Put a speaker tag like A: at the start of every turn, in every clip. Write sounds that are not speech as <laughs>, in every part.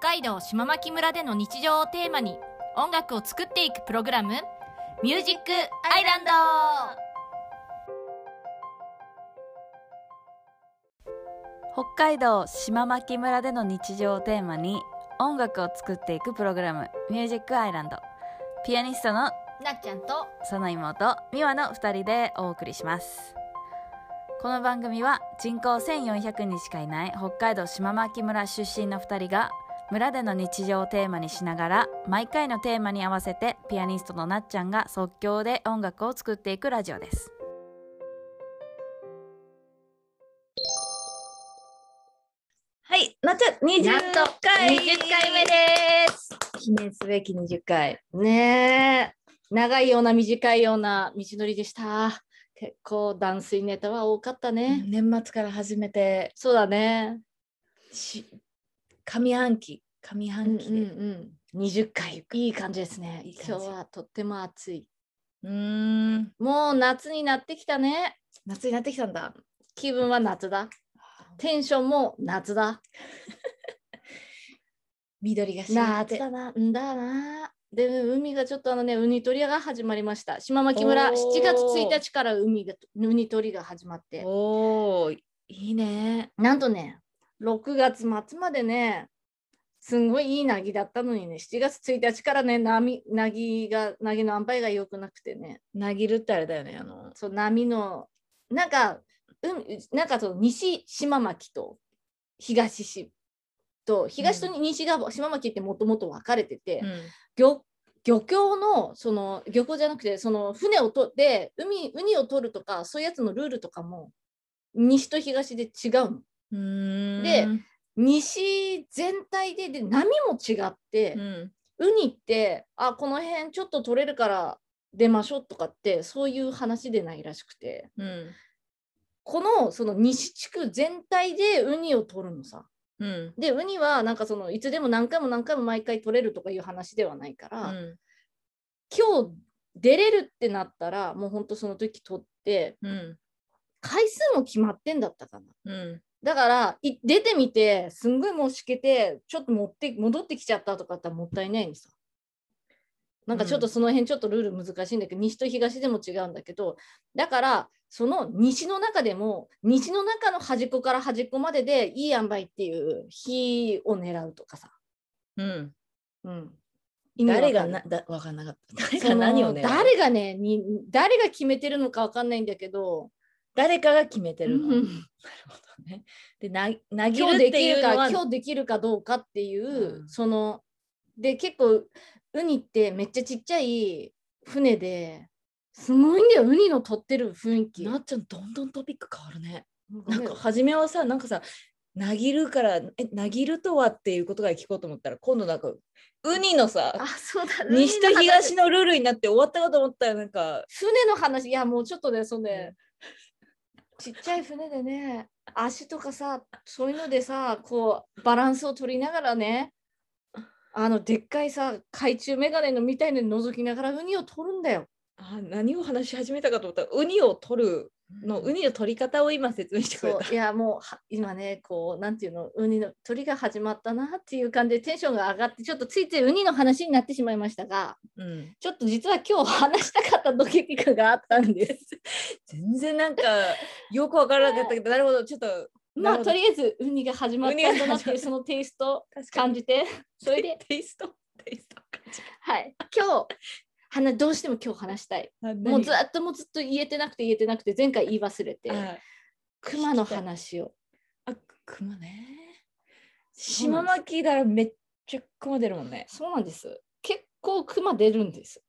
A: 海道島牧村での日常をテーマに音楽を作っていくプログラム「ミュージックアイランド」
B: 北海道島牧村での日常をテーマに音楽を作っていくプログラム「ミュージックアイランド」ピアニストの
A: なっちゃんと
B: その妹美和の2人でお送りしますこの番組は人口1400人しかいない北海道島牧村出身の2人が村での日常をテーマにしながら毎回のテーマに合わせてピアニストのなっちゃんが即興で音楽を作っていくラジオですはいなっちゃん20
C: やっと
B: 回
C: 20回目です
B: 記念すべき20回
C: ねえ長いような短いような道のりでした結構断水ネタは多かったね、
B: 年末から始めて
C: そうだね
B: し上半期上半期で、
C: うん20回いい感じですね
B: いい感じ
C: 今日はとっても暑いう
B: ーん
C: もう夏になってきたね
B: 夏になってきたんだ
C: 気分は夏だテンションも夏だ
B: <laughs> 緑が染み
C: 夏
B: て
C: だなんだなで海がちょっとあのねウニ取りが始まりました島牧村7
B: おー
C: 月1日から海がウニ取りが始まって
B: おおいいね
C: なんとね、6月末までね、すんごいいいなぎだったのにね、7月1日からね、波、なぎが、なぎの塩梅が良くなくてね、
B: なぎるってあれだよねあの
C: そう波の、なんか、うん、なんかその西島巻と東しと、東と西が島巻ってもともと分かれてて、漁漁協のその漁協じゃなくてその船をとって海ウニを取るとかそういうやつのルールとかも西と東で違うの。
B: うん
C: で西全体でで波も違って、
B: うん
C: ウニってあこの辺ちょっと取れるから出ましょうとかってそういう話でないらしくて
B: うん
C: このその西地区全体でウニを取るのさ
B: うん
C: でウニはなんかそのいつでも何回も何回も毎回取れるとかいう話ではないか
B: う
C: ら、
B: ん
C: 今日出れるってなったらもうほんとその時取って
B: うん
C: 回数も決まってんだったかな
B: うん
C: だからい出てみてすんごいもうしけてちょっと持って戻ってきちゃったとかだったらもったいないにさなんかちょっとその辺ちょっとルール難しいんだけど、西と東でも違うんだけどだからその西の中でも西の中の端っこから端っこまででいい塩梅っていう火を狙うとかさ、
B: うん
C: うん、
B: 誰が
C: 意味わ
B: な
C: かんい
B: だわかんなかった誰
C: そ
B: が
C: の
B: 何をね
C: 誰がねに誰が決めてるのかわかんないんだけど
B: 誰かが決めてるの
C: う
B: なる
C: ん
B: ほどねで
C: <laughs>
B: ななぎ
C: 今
B: る
C: 日
B: っ
C: で
B: て
C: き
B: い
C: る
B: うの
C: か
B: は
C: 今日できるかどうかっていう、
B: うん
C: そので結構ウニってめっちゃちっちゃい船ですごいんだよウニの取ってる雰囲気
B: なっちゃんどんどんトピック変わるね
C: な
B: なんんか
C: か
B: 初めはさなんかさ「なぎるからえなぎるとは」っていうことが聞こうと思ったら今度なんかウニのさ
C: あそうだ
B: 西と
C: ウニの話
B: 東のルールになって終わったかと思ったらなんか
C: 船の話いやもうちょっとねそのね、ちっちゃい船でね足とかさそういうのでさこうバランスを取りながらねあのでっかいさ懐中メガネのみたいのに覗きながらウニを取るんだよ。
B: あ何を話し始めたかと思ったらウニを取るの、ウニの取り方を今説明してくれ
C: そ
B: た
C: ういやもうは今ねこうなんていうのウニの鳥が始まったなっていう感じでテンションが上がってちょっとついついウニの話になってしまいましたが
B: うん、
C: ちょっと実は今日話したかったドキドキがあったんです
B: 全然 <laughs> なんかよくわからなかったけどなるほどちょっと
C: ま
B: なる
C: あ
B: ほど
C: とりあえずウニが始まったんだなっていうそのテイストを感じてそれで
B: テイストテイスト
C: はい今日話どうしても今日話したいもうずっともうずっと言えてなくて言えてなくて前回言い忘れて
B: あ
C: 熊の話を
B: あ熊ね
C: そう
B: 島
C: なんです
B: 巻だらめっちゃ熊出るもんね
C: そうなんです結構熊出るんです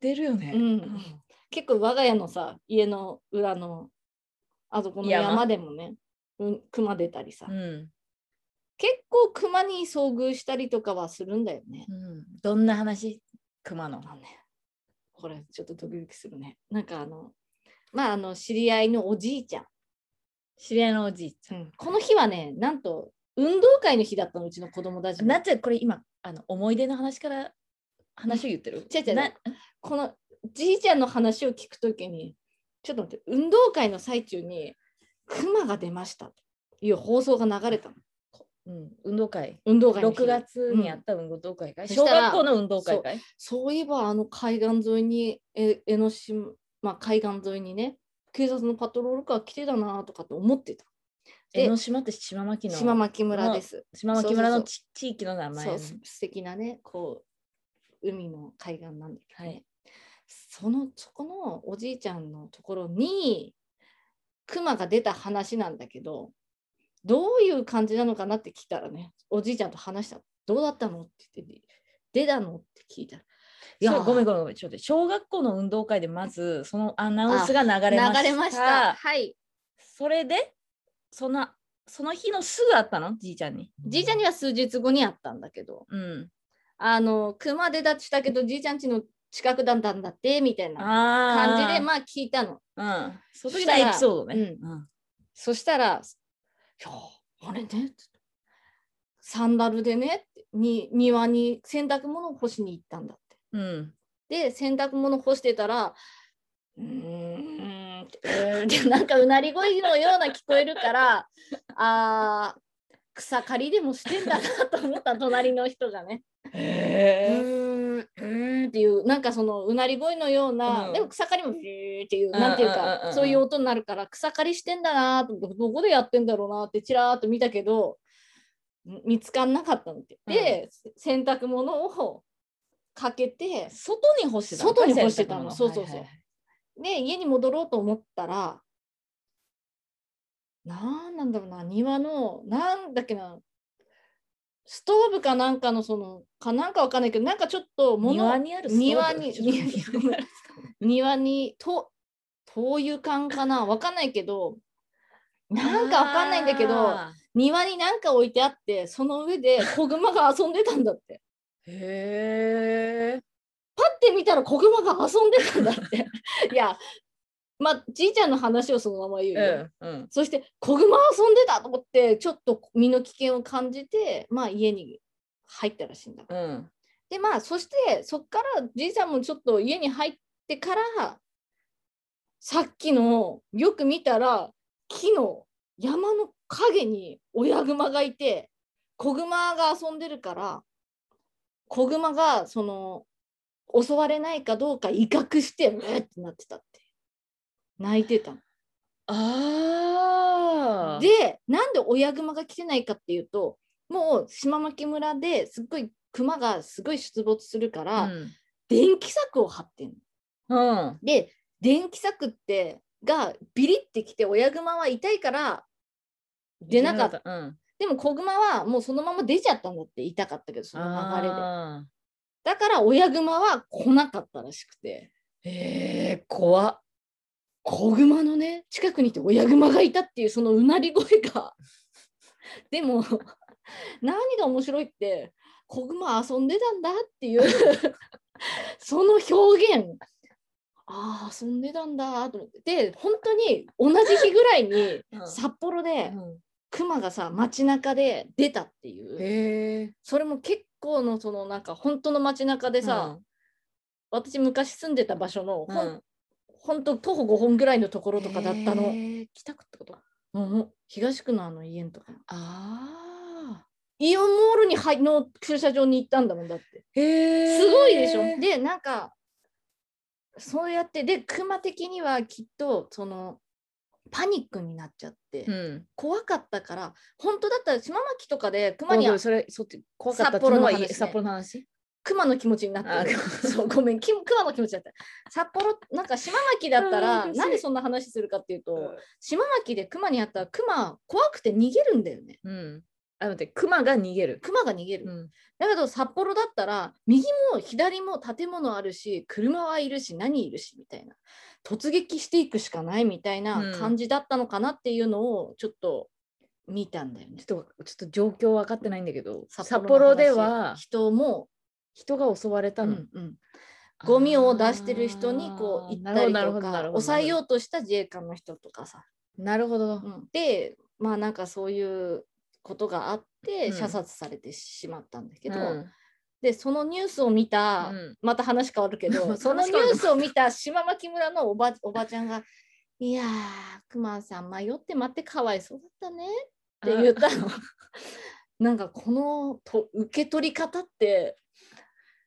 B: 出るよね
C: うん結構我が家のさ家の裏のあそこの
B: 山
C: 山でもねうん熊出たりさ、
B: うん
C: 結構熊に遭遇したりとかはするんだよね。
B: うんどんな話熊の。
C: あのねこれちょっとドキドキするね。なんかあのまああの知り合いのおじいちゃん、
B: 知り合いのおじいちゃん。
C: この日はねなんと運動会の日だったのうちの子供たちの
B: なっちゃん、これ今、あの思い出の話から話を言ってる。
C: 違う違う
B: な
C: このじいちゃんの話を聞くときにちょっと待って運動会の最中に熊が出ましたという放送が流れたの。
B: うん、運動会
C: 運動会の日
B: 6月にあった運動会かい、
C: そ
B: 小
C: したら
B: 学校の運動会かい
C: そういえばあの海岸沿いにえ江ノ島、まあ、海岸沿いにね警察のパトロールカー来てたなとかって思ってた。で
B: 江ノ島って島牧の
C: 島牧村です。
B: 島牧村
C: そ
B: の
C: うそう
B: ち地域の名前
C: そうす素敵なねこう海の海岸なんだけどね、
B: はい
C: そのそこのおじいちゃんのところにクマが出た話なんだけどどういう感じなのかなって聞いたらねおじいちゃんと話したのどうだったのって言って出たのって聞いたら
B: いやごめんご
C: ご
B: めんごめんちょっと待って小学校の運動会でまずそのアナウンスが流
C: め
B: れました
C: 流れましたはい
B: それでそのその日のすぐあったのじいちゃんに
C: じいちゃんには数日後にあったんだけど
B: うん
C: あのクマ出たってしたけどじいちゃん家の近くだったんだってみたいな
B: あー
C: 感じでまあ聞いたの
B: うんその時のエピソードね
C: うそしたら「いやあれね」サンダルでねってに庭に洗濯物を干しに行ったんだっ
B: うんうん
C: て。で洗濯物干してたら「うーん」ってうーんって <laughs> なんかうなり声のような聞こえるからあー草刈りでもしてんだなと思った隣の人がね。う
B: へ
C: ーんうーんっていうなんかそのうなり声のような、
B: うん
C: でも草刈りもビューっていう
B: うん
C: なんてい
B: う
C: う
B: んうんうん
C: か
B: うん
C: そういう音になるから草刈りしてんだなーと思ってどこでやってんだろうなーってちらーっと見たけどん見つかんなかったのって。で、洗濯物をかけて
B: 外に干してた
C: 外に干してたの
B: 洗濯物
C: そうそうそう
B: はいはい
C: で家に戻ろうと思ったらなんなんだろうな庭のなんだっけなストーブかなんかのそのかなんかわかんないけどなんかちょっと
B: はい
C: 物
B: 庭にあるストーブ
C: 庭に
B: ちょっと待って
C: 庭に <laughs> 庭にと灯油缶かなわかんないけどなんかわかんないんだけど
B: あ
C: 庭になんか置いてあってその上で子グマが遊んでたんだって。
B: ーへえ
C: パって見たら子グマが遊んでたんだって。 <laughs> いやまあじいちゃんの話をそのまま言うよ。
B: うんうん
C: そして子グマ遊んでたと思ってちょっと身の危険を感じてまあ家に入ったらしいんだ。
B: うん
C: でまあそしてそっからじいちゃんもちょっと家に入ってからさっきのよく見たら木の山の陰に親グマがいて子グマが遊んでるから子グマがその襲われないかどうか威嚇してうーってなってたって泣いてたの。
B: あー
C: でなんで親熊が来てないかっていうともう島牧村ですっごい熊がすごい出没するから、電気柵を張ってんの。
B: うんうん
C: で電気柵ってがビリってきて親熊は痛いから出なかった。
B: た。うん、
C: でも子熊はもうそのまま出ちゃったんだって痛かったけどその流れで
B: あ
C: だから親熊は来なかったらしくて
B: ーえー、怖っ。
C: 子熊のね近くにいて親熊がいたっていうそのうなり声が <laughs> でも何が面白いって子熊遊んでたんだっていう <laughs> その表現ああ遊んでたんだと思ってで本当に同じ日ぐらいに
B: うん
C: 札幌
B: う
C: で
B: ん、
C: 熊がさ街中で出たっていう
B: へえ。
C: それも結構のそのなんか本当の街中でさ、私昔住んでた場所の
B: う
C: ほん
B: ん、
C: 本当徒歩5本ぐらいのところとかだったの。
B: へー。北区ってこと
C: うんうん東区のあの家のとか
B: ああ。
C: イオンモールに入の駐車場に行ったんだもんだって
B: へえ。
C: すごいでしょでなんかそうやってでクマ的にはきっとそのパニックになっちゃって、
B: うん。
C: 怖かったから本当だったら島巻とかでク
B: ご
C: マ
B: めん
C: に
B: ごめんそれ、そっち、怖かった
C: 札幌の話
B: っていう
C: ね
B: は札幌の話。
C: クマの気持ちになってる
B: あ
C: <laughs> そうごめんきクマの気持ちだった札幌なんか島巻だった
B: う
C: ら
B: ん
C: なんでそんな話するかっていうと、島巻でクマに会ったらクマ怖くて逃げるんだよね
B: うん。あ、待って、熊が逃げる。
C: クマが逃げる、
B: うん。
C: だけど札幌だったら右も左も建物あるし車はいるし何いるしみたいな突撃していくしかないみたいな感じだったのかなっていうのをちょっと見たんだよね。
B: ちょっと、ちょっと状況分かってないんだけど、札幌
C: の話
B: では
C: 人も、
B: 人が襲われた
C: う
B: の。
C: んうん、ゴミを出してる人にこう行ったり
B: なる
C: と
B: ほどな
C: か
B: るほど
C: 抑えようとした自衛官の人とかさ、
B: う。なるほど。
C: うんでまあなんかそういうことがあって
B: うん
C: 射殺されてしまったんだけど、
B: うん
C: でそのニュースを見た、
B: うん
C: また話変わるけ
B: ま
C: ど
B: <laughs> た
C: その
B: 話
C: ニ
B: 変わる
C: ュ
B: の
C: ースを見た島牧村のおばおばちゃんが「いやークマさん迷って待ってかわいそうだったね」って言ったの。 <laughs> なんかこのと受け取り方って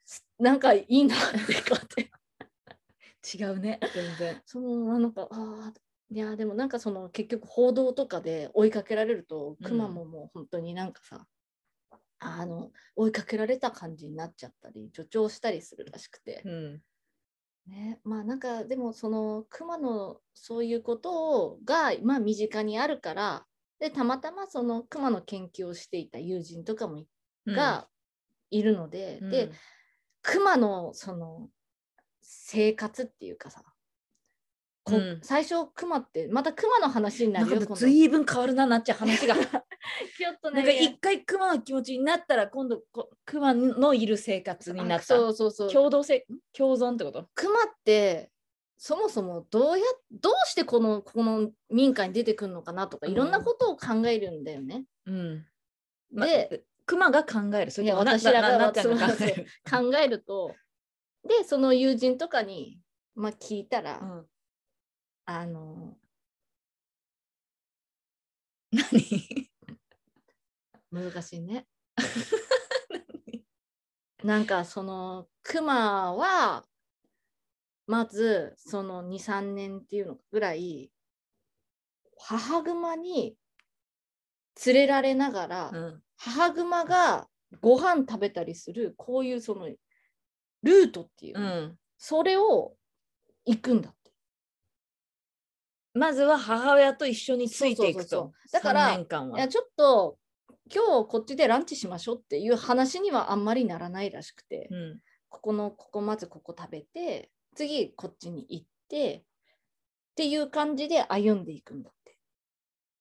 C: すなんかいいなってかって違うね
D: 全然
C: そのなんかあーいやでもなんかその結局報道とかで追いかけられると
D: うん
C: くまももう本当になんかさ、あの追いかけられた感じになっちゃったり助長したりするらしくて、
D: うん
C: ね、まあなんかでもその熊のそういうことをがまあ身近にあるからでたまたまその熊の研究をしていた友人とかもいがいるので、
D: うん
C: で熊のその生活っていうかさこ
D: うん
C: 最初熊ってまた熊の話にな
D: なん
C: るよ
D: か
C: 今度
D: ずいぶん変わるななっちゃう
C: <laughs>
D: 話が
C: ちょっと
D: なんか一回クマの気持ちになったら今度こクマのいる生活になった
C: そうそうそう
D: 共同せ共存ってこと
C: 熊ってそもそもどうやどうしてこのこの民家に出てくるのかなとかいろんなことを考えるんだよね。
D: うん
C: で、
D: クマが考えるそれとも
C: いや
D: な
C: 私らが
D: ななっちゃんが考
C: そう
D: え
C: そ
D: る
C: 考えるとでその友人とかに、まあ、聞いたら、
D: うん
C: あの
D: 何
C: 難しい <laughs> ね。なんかそのクマはまずその23年っていうのぐらい母グマに連れられながら、
D: うん
C: 母グマがご飯食べたりするこういうそのルートっていう、
D: うん
C: それを行くんだって。
D: まずは母親と一緒についてい
C: そうそう
D: く
C: そ
D: と
C: うそうだから
D: 3年間
C: いや
D: は
C: ちょっと今日こっちでランチしましょうっていう話にはあんまりならないらしくて、
D: うん
C: ここのここまずここ食べて次こっちに行ってっていう感じで歩んでいくんだって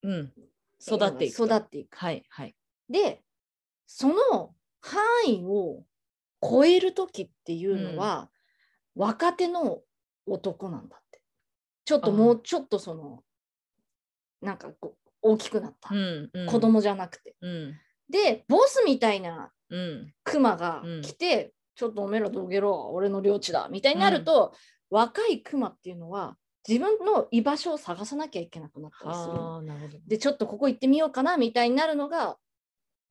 D: うん育っていくと
C: 育っていく
D: はいはい
C: でその範囲を超える時っていうのは、若手の男なんだってちょっともうちょっとそのなんかこう大きくなった、
D: うんうん
C: 子供じゃなくて
D: うん
C: でボスみたいな
D: うん
C: クマが来て、ちょっとおめえらどげろ俺の領地だみたいになると、若いクマっていうのは自分の居場所を探さなきゃいけなくなったりする
D: ああなるほど
C: でちょっとここ行ってみようかなみたいになるのが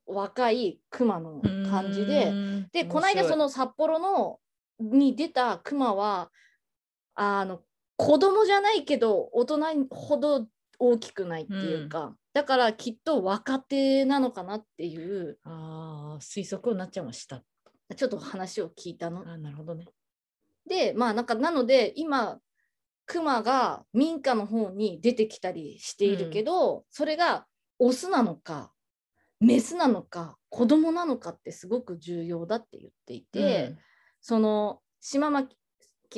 C: 若いクマの感じで、
D: うん
C: でこの間そ
D: 面
C: の札幌のに出たクマはあの子供じゃないけど大人ほど大きくないっていうか、だからきっと若手なのかなっていう
D: 白いああ推測になっちゃいました
C: ちょっと話を聞いたの
D: あ。ーなるほどね
C: でまあなんかなので今クマが民家の方に出てきたりしているけど、それがオスなのかメスなのか子供なのかってすごく重要だって言っていて、その島巻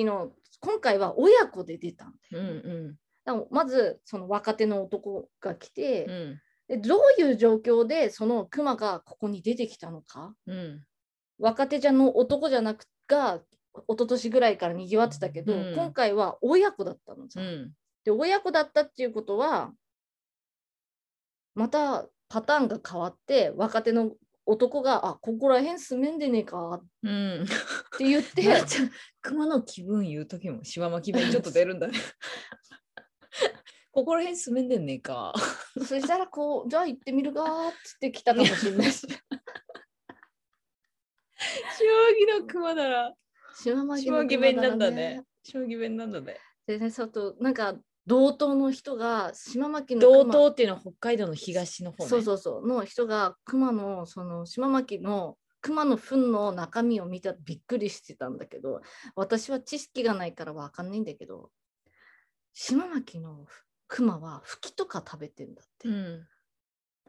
C: の今回は親子で出たん
D: うんうん
C: だよ。だからまずその若手の男が来て、
D: うん
C: でどういう状況でそのクマがここに出てきたのか
D: うん
C: 若手じゃの男じゃなくが一昨年ぐらいからにぎわってたけど、
D: うん
C: 今回は親子だったのじ
D: う
C: ゃ、ん、
D: ん
C: で親子だったっていうことはまたパターンが変わって若手の男が「あここら辺住めんでねえか」っ
D: うん <laughs>
C: て言って
D: なっちゃん熊の気分言う時も柴間気分ちょっと出るんだ
C: <laughs>
D: ねここら辺住めんでんねえか
C: そしたらこう「じゃあ行ってみるか」っつって来たかもしれ
D: <laughs>
C: ないし
D: 将棋の熊なら
C: 島巻
D: 将
C: の
D: 棋
C: 車
D: 弁
C: な
D: な
C: ら
D: んだね。将棋弁なんだね
C: でねそうとなんか同等の人が島巻の
D: 道
C: 熊
D: 東っていうのは北海道の東の方ね
C: そうそうそうの人が熊のその島巻の熊の糞の中身を見たびっくりしてたんだけど私は知識がないからわかんないんだけど島巻の熊はフキとか食べてんだって、
D: うん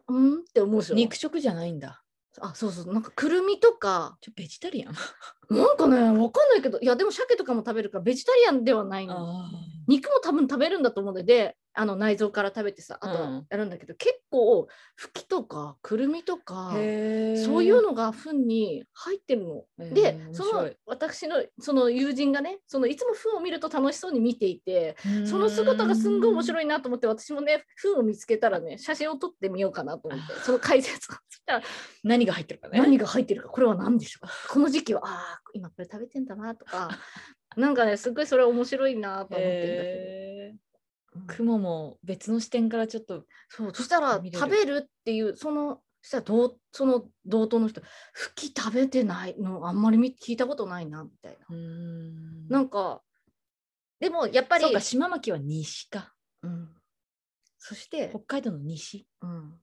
C: うん、って思うでしょ
D: 肉食じゃないんだ
C: あそうそうなんかくるみとか
D: ちょベジタリアン
C: なんかねわかんないけどいやでも鮭とかも食べるからベジタリアンではないの
D: あ
C: 肉も多分食べるんだと思うのでであの内臓から食べてさあと
D: うん
C: はやるんだけど、結構フキとかくるみとか
D: へえ
C: そういうのが糞に入ってるの。
D: へー
C: で
D: 面
C: そ
D: 白
C: の
D: い
C: 私のその友人がねそのいつも糞を見ると楽しそうに見ていてその姿がすんごい面
D: い
C: 白いなと思って私もね糞を見つけたらね写真を撮ってみようかなと思
D: <laughs>
C: ってその解説をそしたら
D: 何が入ってるかね
C: 何が入ってるかこれは何でしょうこの時期はああ今これ食べてんだなと
D: <laughs>
C: かなんかねすごいそれ面白いなと思ってるんだけど。
D: へ
C: う
D: ー
C: ん
D: 雲も別の視点からちょっと
C: そうそしたら
D: 見れる
C: 食べるっていうそのそしたらどうその同等の人「フキ食べてないのあんまり見聞いたことないな」みたいな。
D: うん
C: なんかでもやっぱり
D: そうか島巻は西か
C: うん、そして
D: 北、海道の西
C: うん、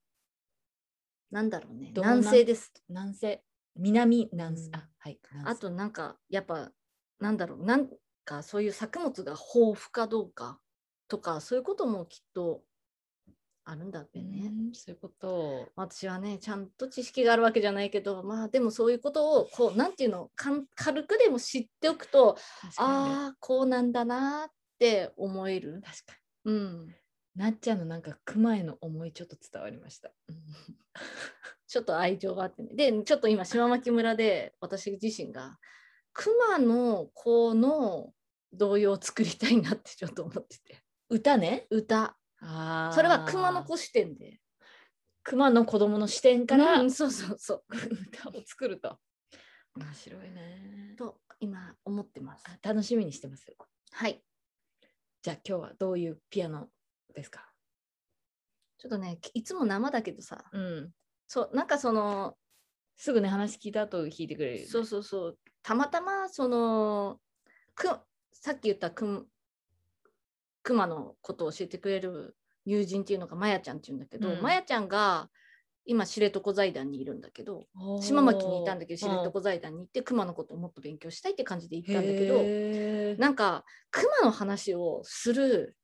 C: なんだろうね
D: どうな
C: 南西です。
D: 南西南南西、
C: うん
D: あはい
C: あ
D: 南西
C: となんかやっぱなんだろうなんかそういう作物が豊富かどうかとかそういうこともきっとあるんだってね。
D: うんそういうこと
C: 私はねちゃんと知識があるわけじゃないけどまあでもそういうことをこうなんていうのかん軽くでも知っておくと
D: 確かにね
C: ああこうなんだなーって思える。
D: 確か
C: うん、
D: になっちゃんのなんか熊への思いちょっと伝わりました、
C: ちょっと愛情があってね。でちょっと今島牧村で私自身が熊の子の童謡を作りたいなってちょっと思ってて
D: 歌ね
C: 歌
D: あー
C: それは熊の子視点で
D: 熊の子供の視点
C: か、
D: からら、
C: うん <laughs> そうそうそう
D: <laughs> 歌を作ると面白いね
C: と今思ってます。
D: あ楽しみにしてます
C: はい
D: じゃあ今日はどういうピアノですか
C: ちょっとねいつも生だけどさ
D: うん
C: そうなんかその
D: すぐね話聞いた後弾いてくれるよね、
C: そうそうそうたまたまそのくさっき言ったくん熊のことを教えてくれる友人っていうのがまやちゃんっていうんだけど、
D: うん
C: まやちゃんが今知床財団にいるんだけど
D: おー
C: 島巻にいたんだけど知
D: うん
C: 床財団に行って熊のことをもっと勉強したいって感じで行ったんだけど
D: へー
C: なんか熊の話をする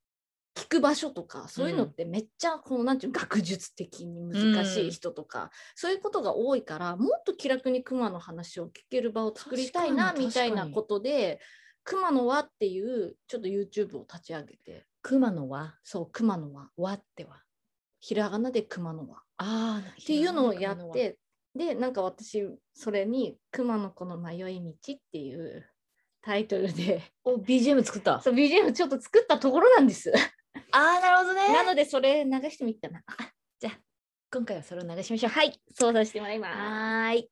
C: 聞く場所とかそういうのってめっちゃこのなんていうの学術的に難しい人とか、そういうことが多いからもっと気楽に熊の話を聞ける場を作りたいな
D: 確かに
C: みたい
D: 確
C: な
D: かに
C: ことで熊の輪っていうちょっと YouTube を立ち上げて
D: 熊の輪
C: そう熊の輪
D: 輪っては
C: ひらがなで熊の輪
D: あっ
C: っていうのをやってでなんか私それに「熊の子の迷い道」っていうタイトルで
D: お BGM 作った
C: そう BGM ちょっと作ったところなんです。
D: あー <laughs> なるほど
C: なのでそれ流してもいいかな。
D: 今回はそれを流しましょう
C: はい、操作してもらいます。
D: はーい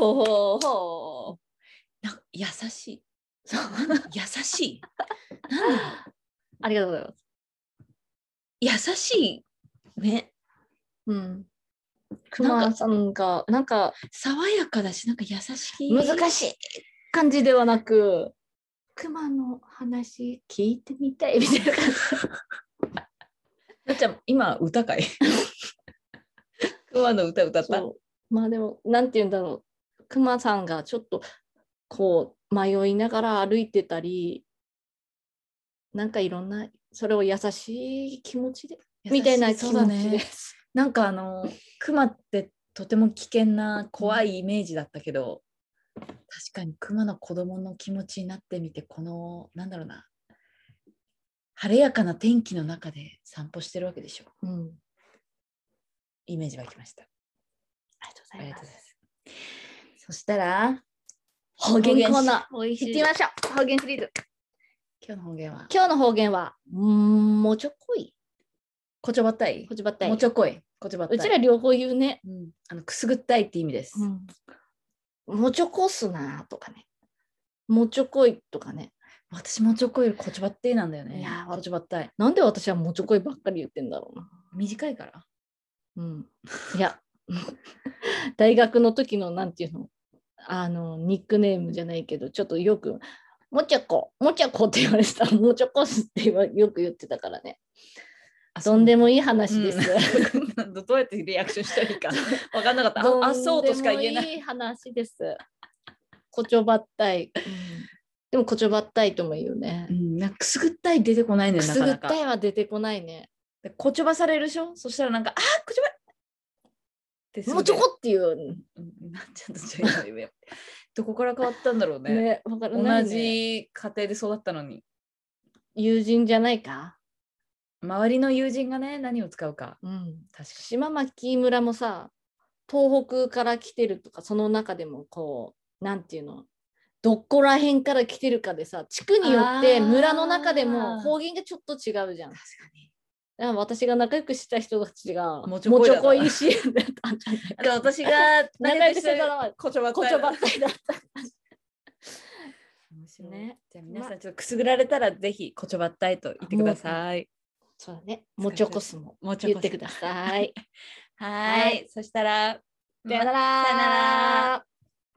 D: おおなんか優しいそう <laughs> 優しいなんだろう
C: ありがとうございます。
D: 優しいね
C: うん。熊さんがなんか
D: 爽やかだしなんか優しい
C: 難しい感じではなく、熊の話聞いてみ
D: <laughs>
C: たいみたいな感じ。
D: なっちゃん今歌かい <laughs> 熊の歌歌った
C: そうまあでもなんて言うんだろう熊さんがちょっとこう迷いながら歩いてたりなんかいろんなそれを優しい気持ちで
D: 優し
C: みたいな気
D: そうだ
C: 持ちで
D: ね
C: す。
D: なんかあの熊ってとても危険な怖いイメージだったけど確かに熊の子供の気持ちになってみてこのなんだろうな晴れやかな天気の中で散歩してるわけでしょ
C: うん、
D: イメージ湧きました
C: ありがとうご
D: あ
C: ざ
D: り
C: いま
D: がと
C: す
D: うござい。ますそしたら
C: 方言コーナー。
A: 美味
C: 行ってみましょう。方言シリーズ。
D: 今日の方言は
C: 今日の方言は、うーんもちょこい。
D: こちょばったい
C: こちばったい。
D: もちょこいこちょばったいう
C: ちら両方言うね。
D: うん、あのくすぐったいって意味です、
C: もちょこすなとかね。もちょこいとかね。
D: 私もちょこよりこちばってえなんだよね。
C: いやー
D: こちばったい。
C: なんで私はもちょこいばっかり言ってんだろうな。
D: 短いから。
C: うん、いや <laughs> 大学の時のなんていうのあのニックネームじゃないけどちょっとよく「もちゃこもちゃこ」って言われてた「もちゃこす」って言わよく言ってたからね遊んでもいい話です、
D: うん <laughs> どうやってリアクションしたらい <laughs> いか分かんなかった。
C: どんでも
D: あ、あそうとしか言えない。
C: いい話ですこちょばったい、でもこちょばったいとも言うよね
D: うん、なんかくすぐったい出てこないんだ
C: く
D: よな
C: す
D: か
C: ぐ
D: な
C: っ
D: か
C: たいは出てこないね
D: でこちょばされるでしょそしたらなんか、あーこちょばいってすぐ
C: もちょこっていう
D: うんなっちゃったちょっと今どこから変わったんだろうね。
C: ねわからないね
D: 同じ家庭で育ったのに。
C: 友人じゃないか、
D: 周りの友人がね、何を使うか。
C: うん、
D: 確か
C: 島牧村もさ東北から来てるとかその中でもこうなんていうのどこら辺から来てるかでさ地区によって
D: あー
C: 村の中でも方言がちょっと違うじゃん。だか
D: に。
C: ら私が仲良くした人たちが
D: もちょこいだから
C: いしあ
D: だから私 <laughs> が
C: 仲良くしてたのは
D: こちょば
C: こちょばったりだった。
D: 面白い
C: ね
D: じゃあ皆さんちょっとくすぐられたらぜひこちょばったいと言ってください。
C: そうだね。もちょこすも
D: もうちょ
C: 言
D: こ
C: ってください。
D: はい。そしたら、
C: さよなら
D: さよなら